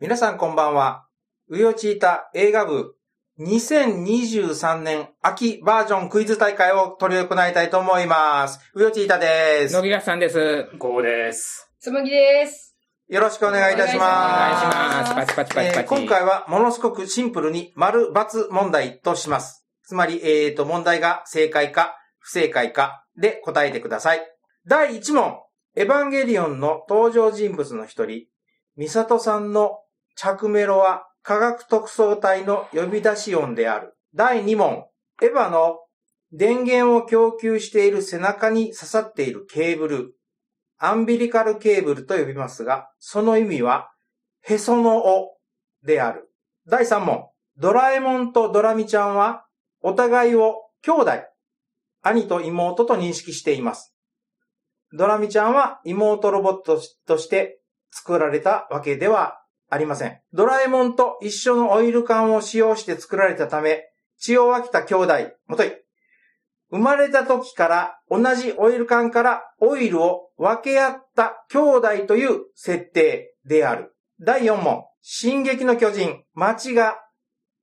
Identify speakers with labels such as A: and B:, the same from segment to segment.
A: 皆さんこんばんは。うよちいた映画部2023年秋バージョンクイズ大会を取り行いたいと思います。うよちいたです。
B: 野木がさんです。お願いし
C: こうです。
D: つむぎです。
A: よろしくお願いいたします。
B: ます。パチパチパチパ
A: えー
B: チ。
A: 今回はものすごくシンプルに丸×問題とします。つまり、えー、と、問題が正解か不正解かで答えてください。第1問。エヴァンゲリオンの登場人物の一人、ミサトさんの着メロは科学特捜隊の呼び出し音である。第2問。エヴァの電源を供給している背中に刺さっているケーブル、アンビリカルケーブルと呼びますが、その意味は、へその緒である。第3問。ドラえもんとドラミちゃんは、お互いを兄弟、兄と妹と認識しています。ドラミちゃんは妹ロボットとして作られたわけではありません。ドラえもんと一緒のオイル缶を使用して作られたため、血を分けた兄弟、もとい。生まれた時から同じオイル缶からオイルを分け合った兄弟という設定である。第4問。進撃の巨人、町が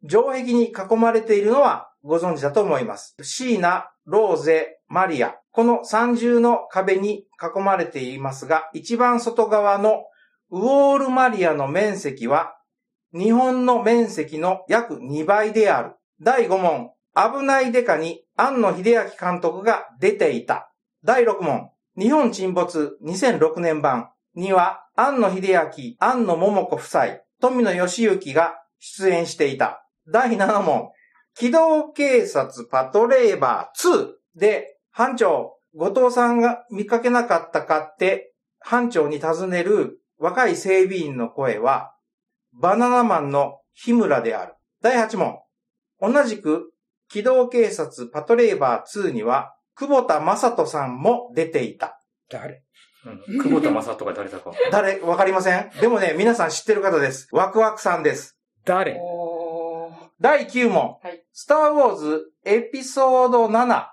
A: 城壁に囲まれているのはご存知だと思います。シーナ、ローゼ、マリア。この三重の壁に囲まれていますが、一番外側のウォールマリアの面積は日本の面積の約2倍である。第5問、危ないデカに庵野秀明監督が出ていた。第6問、日本沈没2006年版には庵野秀明、庵野桃子夫妻、富野義行が出演していた。第7問、機動警察パトレーバー2で班長、後藤さんが見かけなかったかって班長に尋ねる若い整備員の声は、バナナマンの日村である。第8問。同じく、機動警察パトレーバー2には、久保田正人さんも出ていた。
B: 誰
C: うん久保田正人が誰だか。
A: 誰、わかりませんでもね、皆さん知ってる方です。ワクワクさんです。
B: 誰
D: おー。
A: 第9問。
D: はい
A: スターウォーズエピソード7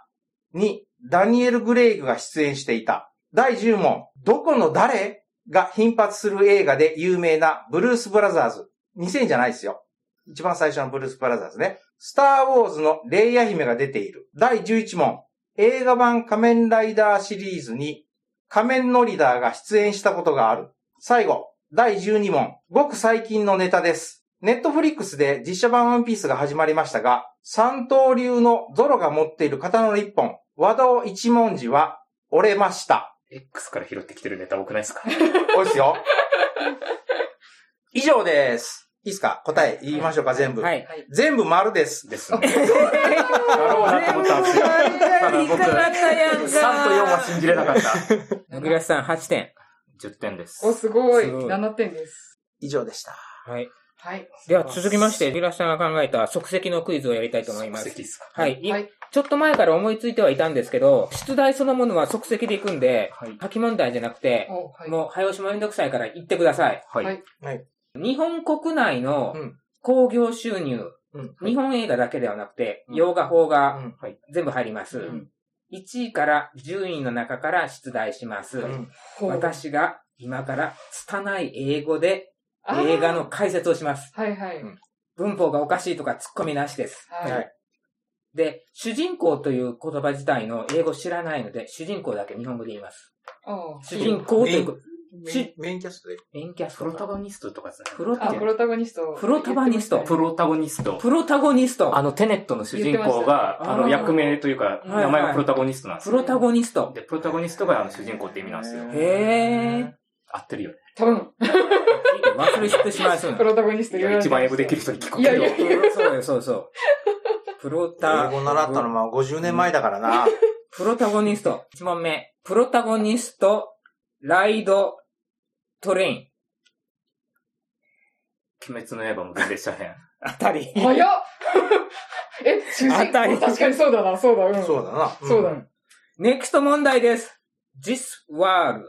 A: にダニエル・グレイグが出演していた。第10問。どこの誰が頻発する映画で有名なブルース・ブラザーズ。2000じゃないですよ。一番最初のブルース・ブラザーズね。スター・ウォーズのレイヤ姫が出ている。第11問。映画版仮面ライダーシリーズに仮面ノリダーが出演したことがある。最後、第12問。ごく最近のネタです。ネットフリックスで実写版ワンピースが始まりましたが、三刀流のゾロが持っている刀の一本、和道一文字は折れました。
C: X から拾ってきてるネタ多くないですか
A: おいっす よ。以上です。いいですか答え言いましょうか、全部。
B: はい。
A: 全部丸です。
C: ですね。なるほどなと思ったんですよ。ただ僕、3と4は信じれなかった。
B: 野木がさん8点。
C: 10点です。
D: お、すごい。
B: すごい
D: 7点です。
A: 以上でした。
B: はい。
D: はい。
B: では続きまして、野木がさんが考えた即席のクイズをやりたいと思いま
C: 即
B: す。
C: 席っすか
B: はい。い
D: はい。
B: ちょっと前から思いついてはいたんですけど、出題そのものは即席でいくんで、
C: はい。
B: 書き問題じゃなくて、
D: おはい。
B: もう早押しもめんどくさいから言ってください。
C: はい。
D: はい
B: 日本国内の
A: うん
B: 興行収入、
A: うん
B: 日本映画だけではなくて、
C: うん
B: 洋画、邦
A: う
B: 画、
A: ん
B: 全部入ります。
D: ん
B: 1位から10位の中から出題します。
A: うん
D: ほう
B: 私が今から拙い英語で
D: あー
B: 映画の解説をします。
D: はいはい。
B: 文法がおかしいとかツッコミなしです。
A: は
D: はい
A: い。
B: で、主人公という言葉自体の英語知らないので、主人公だけ日本語で言います。
D: お
B: 主人公というこ
A: メインメインキャストで。
B: メインキャス
C: プ
B: ト
C: ロタ
B: か。
C: ゴニストとかですね。
B: プロ
D: あ、
B: タ
D: プ
B: ゴ
D: ロタゴニスト。
B: プロタゴニスト
D: 言って
C: プロタゴニスト。
B: プロタゴニスト。
C: あの、テネットの主人公
B: 言ってまし
C: が、
B: た
C: あ
B: あー
C: の、役名というか、
B: いはい
C: 名前がプロタゴニストなんです
B: プ
C: よ。
B: ロタゴニスト。
C: で、プロタゴニストがあの主人公って意味なんですよ。
B: へー。
C: 合って るよね。
D: まし
B: 忘
D: たね
B: れしてしまいそうな
D: 多分、プ。ロタゴニスト
C: い
D: 言わ
C: や、一
D: れて
C: 番
D: ま
C: 英
D: し
C: 語
D: た
C: できる人に聞く
D: い
C: け
D: や
C: ど
D: いや。
B: そうよ、そうそう。プロタ、
A: 英語習ったのは50年前だからな。
B: プロタゴニスト。1問目。プロタゴニスト、ライド、トレイン。
C: 鬼滅の刃無限列車編。
B: あた り。
D: 早っえ、主人
B: 当たり
D: 公確かにそうだな、そうだ、うん。
A: そうだな。ん
D: そうだ。
B: ネクスト問題です。This world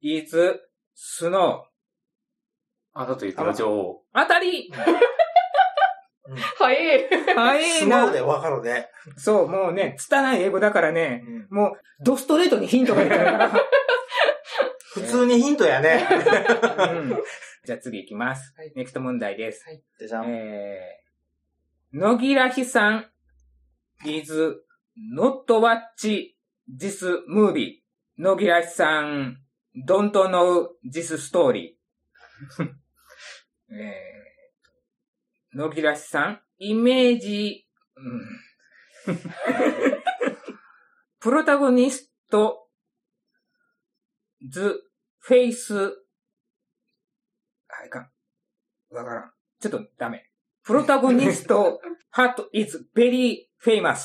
B: is snow.
C: あなたと雪の女王。
B: あたり
D: 早い。
B: 早
A: ス
B: い
A: ノ ー
B: な
A: で。わかるね。
B: そう、もうね、拙い英語だからね、
A: うん
B: もう、ドスト レートにヒントが出たから。
A: 普通にヒントやね。
B: うんじゃあ次行きます。
D: はい
B: ネクスト問題です。
A: じゃじゃん。
B: えー、野木らひさん is not watch this movie. 野木らひさん don't know this story. えー、野木らひさん、イメージ、うん、 プロタゴニスト、ズ、フェイス、あ、いかん。わからん。ちょっとダメ。プロタゴニス ト、ハート is very famous.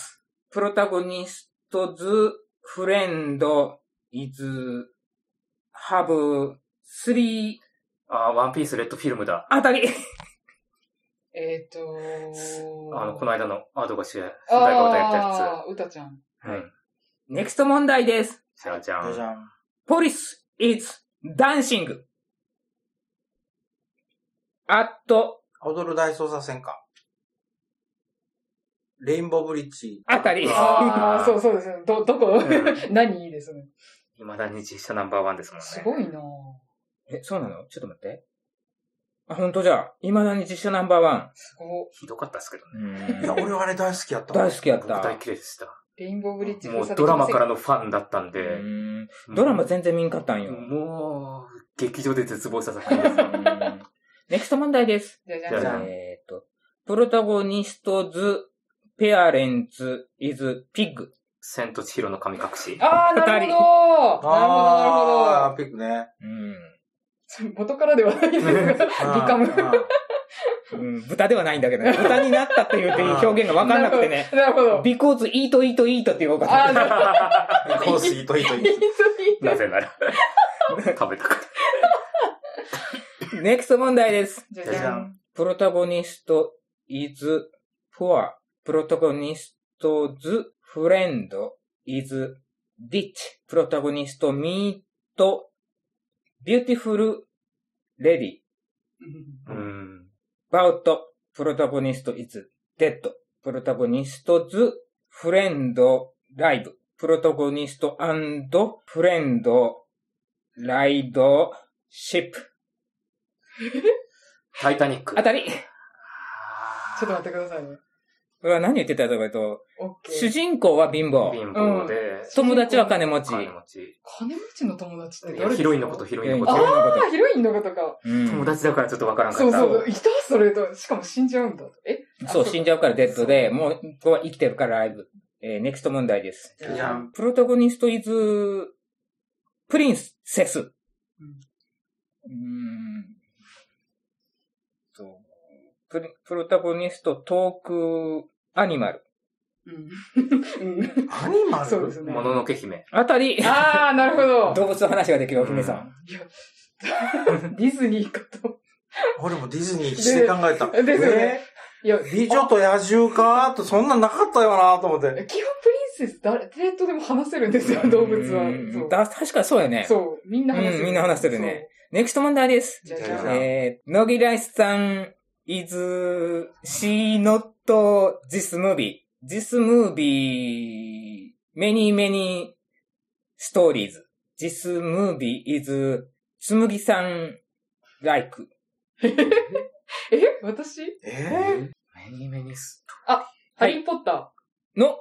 B: プロタゴニストズ、フレンド is, have, three,
C: あー、ワンピースレッドフィルムだ。
B: あたり。
D: えっと
C: あの、この間のアートが主演、主
D: あ
C: 題歌やったや
D: あー、歌ちゃん。
C: つ。うん。
B: ネクスト問題です。
C: じゃあじゃ
A: じゃじ
C: ん。
A: ゃん。
B: police is dancing at,
A: 踊る大捜査線か。レインボーブリッ ジ。
B: あたり。
C: あー
D: ああ、そうそうですね。ど、どこ
C: う
D: 何いいですね。
C: 未だに実写ナンバーワンですもんね。
D: すごいなぁ
B: え、そうなのちょっと待って。あ、ほんとじゃあ、未だに実写ナンバーワン。
D: すごい。
C: ひどかったですけどね。
A: いや、俺はあれ大好きやったわ。
B: 大好きやっ
C: 僕
B: た。
C: 大綺麗でした。
D: レインボーブリッジ
C: もうドラマからのファンだったんで
B: う、んドラマ全然見んかったんよ。
C: もう、劇場で絶望した作 品ですよ。
B: ネクスト問題です。
D: じゃじ
C: じゃ
D: ゃ
C: じ
D: んじ
C: ゃ
D: ゃ
C: ん
D: ん。
B: えっと、プロタゴニストズ、ペアレンツ、イズ、ピッグ。
C: 千と千尋の神隠し。
D: ああ、なるほどなるほど、なる
A: あ
D: ほど
A: ー、ピックね。
B: うん
D: それ。元からではないですが、リカム。
B: うん。豚ではないんだけど ね。豚になったっていう表現がわかんなくてね。
D: なるほど。
B: ビコーズ、イート、イート、イートって言おうかと思っ
D: ああ、なるほど。
A: コースイートイート イー
C: なぜなら、食べたから。
B: たネクスト問題です。
D: じ
A: じゃじゃん。
B: プロタゴニスト is poor. プロタゴニスト 's friend is rich. プロタゴニスト meet beautiful lady.
C: うん。
B: about プロタゴニスト is dead. プロタゴニスト 's friend live. プロタゴニスト and friend ride ship.
C: タイタニック。
B: あたり
D: ちょっと待ってくださいね。
B: これは何言ってたかというと、
D: オッケ
B: 主
D: ー。
B: 人公は貧乏。
C: 貧乏で、
B: 友達は金持ち。
C: 金持ち。
D: 金持ちの友達って
C: い
D: 誰
C: や
D: ですか
C: ヒロインのこと、ヒロインのこ
D: あ
C: と。
D: あ、ヒロインのことか。
B: うん
C: 友達だからちょっとわからんか
D: そ
C: っ
D: う
C: た。
D: そう。いたそれと。しかも死んじゃうんだ。え
B: そう、死んじゃうからデッドで、もう、ここは生きてるからライブ。えー、ネクスト問題です。
A: ト。じゃん。
B: プロタゴニストイズ、プリンセス。うーんとプリプロタゴニストトークアニマル。
D: うん。うん
A: アニマ
D: そうで
A: ル
D: すね
C: も。ののけ姫。
B: あたり、
D: ああ、なるほど。
B: 動物の話ができるお姫さん。
D: いや、ディズニーかと。
A: 俺もディズニー必死で考えた。
D: でですよねいや、
A: えー美女と野獣かと、そんなんなかったよなと思って。
D: 基本プリンセス誰、誰とでも話せるんですよ、動物
B: うん
D: は。
B: だ確かそうよね。
D: そう。そう、みんな話せ
B: う
D: る。
B: んみんな話せるねネクスト問題です。
D: そう。じゃ
A: じ
D: じ
A: ゃ
D: ゃ
A: じ
D: ん
A: ゃん
B: えー、野木らしさん is, she not this movie. This movie, many many stories. This movie is つむぎさん like.
D: え私
A: えー
C: メニメニス。
D: ハリーポッタ
B: の、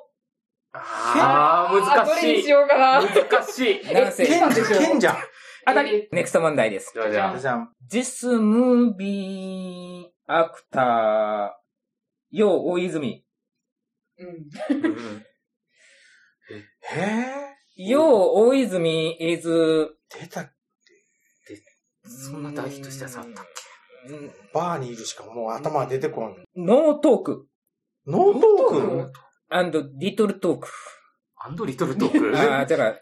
C: あ
D: ー。
C: あ、難
D: どれに
C: しい
D: し。ようかな。
C: 難しい。
B: 男性。
A: 賢者、
D: でしょ
A: 賢者。
B: あた
D: え
B: り。ネクスト問題です。
C: じゃあじゃ
D: じゃ
A: じゃん。
B: This movie actor, よう大泉。
D: うん。
C: あうん
A: ええ
B: よう大泉 is,
A: ー出た、
C: そんな大ヒットしたやつあったっ
B: け
A: バーにいるしかもう頭出てこん。
B: ノートーク
A: ノート
D: ノー
A: ー
D: ト
B: リトルトーク。
C: アンドリトルトーク。
B: ああ、だから、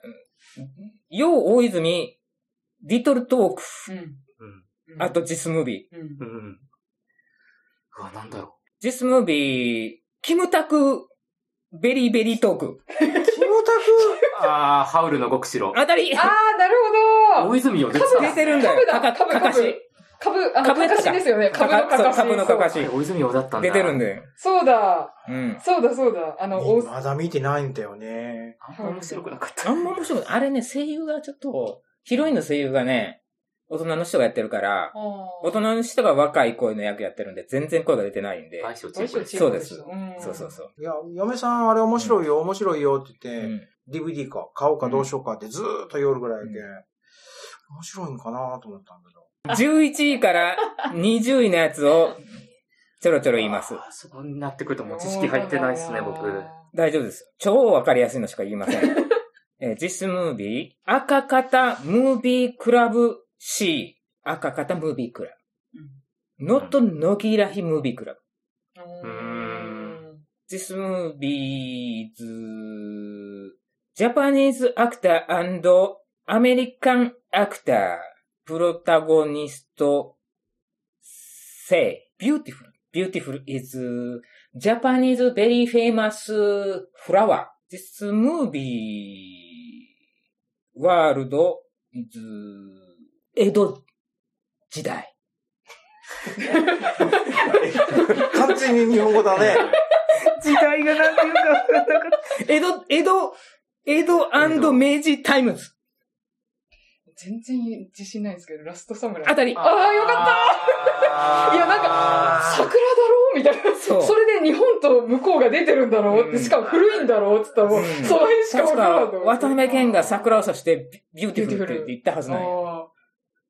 B: よう大泉、リトルトーク、
D: うん。
C: うん
D: うん
B: あ、とジスムービー。
D: うん
C: う。ん。うわ、なんだろ
B: ジスムービー、キムタク、ベリーベリートーク。
A: クキム
C: う。ああ、ハウルの極白。
B: あたり
D: ああ、なるほど。
C: 大泉洋出てた
B: 出てるんだよ。
D: 株だ
B: かかか
D: 株
B: かし。
D: 株、あの、
B: 株や
D: か
B: ったか
D: かしですよね。株のかかし。
B: そう株のかかし。
C: 大泉洋だったんだ。
B: 出てるんだよ。
D: そうそうだ。
B: うん。
D: そうだ、そうだ。あ
A: タ
D: の、
A: ク
D: お
A: まだ見てないんだよね。
C: あんま面白くなかった。
B: あんま面白くない。あれね、声優がちょっと、ヒロインの声優がね、大人の人がやってるから、大
D: 大
B: 人の人が若い声の役やってるんで、全然声が出てないんで。
C: 相性チ
D: どう
C: ー
D: し
C: ム
D: よう
C: です。
D: チーム。
B: そう
D: ん
B: そうそうそう。
A: いや、嫁さん、あれ面白いよ、面白いよって
B: う
A: 言って、
B: ん
A: DVD か、買おうかどうしようかってずーっと夜ぐらいやけ、
B: うん
A: 面白いんかなと思ったんだけど。
B: 11位から20位のやつをちょろちょろ言います。
C: あーそこになってくるともう知識入ってないですね、僕。
B: 大丈夫です。超わかりやすいのしか言いません。えー実質ムービー、赤方ムービークラブ C、赤方ムービークラブ。ノットノギラヒムービークラブ。
D: う
C: うん
D: ん。
B: 実質ムービーズ、ジャパニーズアクターアメリカンアクター、プロタゴニスト、say, beautiful, beautiful is Japanese very famous flower. This movie world is 江戸時代。
A: 完全に日本語だね。
B: 時代がなんていうか分からなかった。江戸、江戸、江戸明治タイムズ
D: 全然自信ないんですけど、ラストサムライ。
B: あたり。
D: あーよか
A: った
D: いやなん
A: か
D: 桜だろうみたいな。
B: そう
D: それで日本と向こうが出てるんだろうって、
B: うん
D: しかも古いんだろうって言ったらもう、
B: うん
D: その辺しかわ
B: 確
D: から
B: か
D: なかった、
B: 渡辺謙が桜を指してビューティフルって言って言ったはず
D: あ
B: なんよ。
D: ー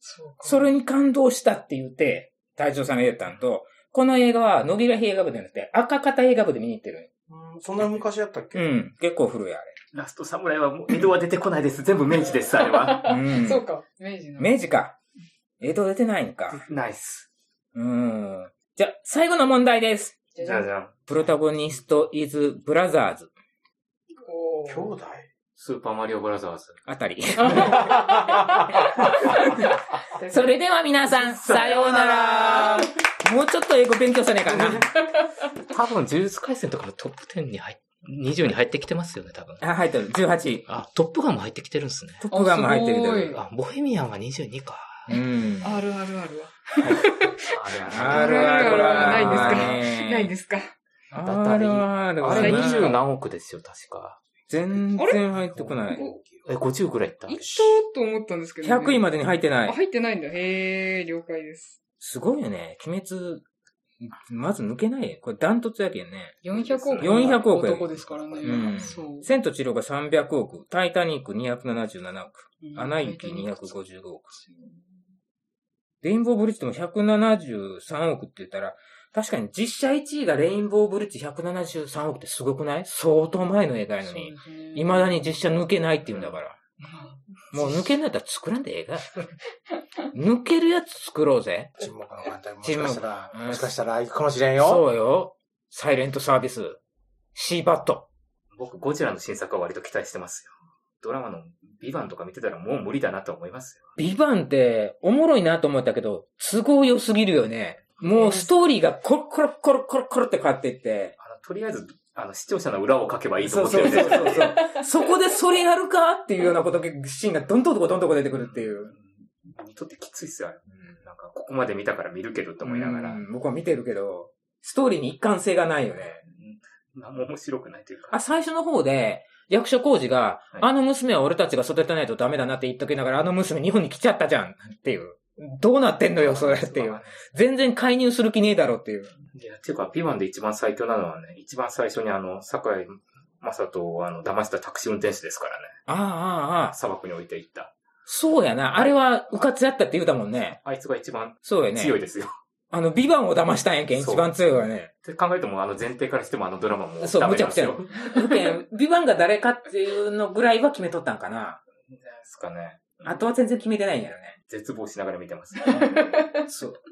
D: そうか。
B: それに感動したって言って、隊長さんが言ったんと、この映画は、野木らひ映画部ではなくて、赤方映画部で見に行ってるんよ
A: うんそんな昔やったっけ、
B: うん。結構古い、あ
C: ラストサムライはもう、江戸は出てこないです。全部明治です、あれは。
B: れ。うん。
D: そうか。明治の。
B: 明治か。江戸出てないんか。
C: ナイス。
B: うん。じゃあ、最後の問題です。
D: じ
C: じゃあじゃん。
B: プロタゴニストイズ・ブラザーズ
D: おー
A: 兄弟
C: スーパーマリオブラザーズ。
B: あたり。
D: 大 丈
B: そ
D: 夫
B: れでは皆さん、さようなら。もうちょっと英語勉強さねえかな。
C: 多分、呪術回戦とかもトップ10に入っ、20に入ってきてますよね、多分。
B: あ、入ってる。18位。
C: あ、トップガンも入ってきてるんですね。
B: トップガンも入って
D: あすご
B: る
D: い
C: あ、ボヘミアンは22か。
B: けど。うん。
D: あるあるあるわ。
C: あれ
B: あ
D: るある
B: ある
D: ないんですか
B: ね
D: ないですか。
B: あ
C: だったり
B: る
C: あ
B: あ
C: れ
B: る
C: 20何億ですよ、確か。
B: 全然入ってこない。
C: え、50ぐらいいった
D: 一等と思ったんですけどね、
B: 100位までに入ってな
D: あ
B: い。
D: 入ってないんだ。へえ、了解です。
B: すごいよね。鬼滅、まず抜けないよこれダントツやけんね。
D: 400億。
B: 400億円
D: 男ですからね。
B: うん
D: そう。
B: 千と千尋が300億、タイタニック277億、アナ雪255億。レインボーブリッジでも173億って言ったら、確かに実写1位がレインボーブリッジ173億ってすごくない相当前の映画やのに。未
D: だ
B: だに実写抜けないって言うんだから。もう抜けないったら作らんでええが。 抜けるやつ作ろうぜ。
A: 沈黙の艦隊もし
B: 沈
A: か
B: 黙
A: したら、
B: うん
A: もしかしたら行くかもしれんよ。
B: そうよ。サイレントサービス。シーバット。
C: 僕、ゴジラの新作は割と期待してますよ。ドラマのビバンとか見てたらもう無理だなと思いますよ。
B: ビバンって、おもろいなと思ったけど、都合良すぎるよね。もうストーリーがコロコロコロコロコロって変わってって。
C: あの、とりあえず、あの、視聴者の裏を書けばいいと
B: そう
C: 思って
B: そうんそ
C: るで
B: うそうそう。 そこでそれやるかっていうようなこと、シーンがどんどんどこどんどこ出てくるっていう。
C: 見とってきついっすよ、あれ。なんか、ここまで見たから見るけどって思いながら。
B: うん僕は見てるけど、ストーリーに一貫性がないよね。
C: 何も面白くないというか。
B: あ、最初の方で、役所工事が、
C: はい
B: あの娘は俺たちが育てないとダメだなって言っときながら、あの娘日本に来ちゃったじゃんっていう。どうなってんのよ、それっていう。全然介入する気ねえだろっていう。
C: いや、ていうか、ビバンで一番最強なのはね、一番最初にあの、坂井正人をあの、騙したタクシー運転手ですからね。
B: ああ、ああ、ああ。
C: 砂漠に置いていった。
B: そうやな。あれは、うかつやったって言うたもんね。
C: あいつが一番
B: そうやね。
C: 強いですよ。
B: あの、ビバンを騙したんやけん、
C: そう
B: 一番強いわ ね。
C: って考えても、あの、前提からしてもあのドラマも
B: そう
C: ダメなんですよ。
B: むやけん、ビバンが誰かっていうのぐらいは決めとったんかな。
C: ですかね。
B: あとは全然決めてないんやろね。
C: 絶望しながら見てます。
B: そう。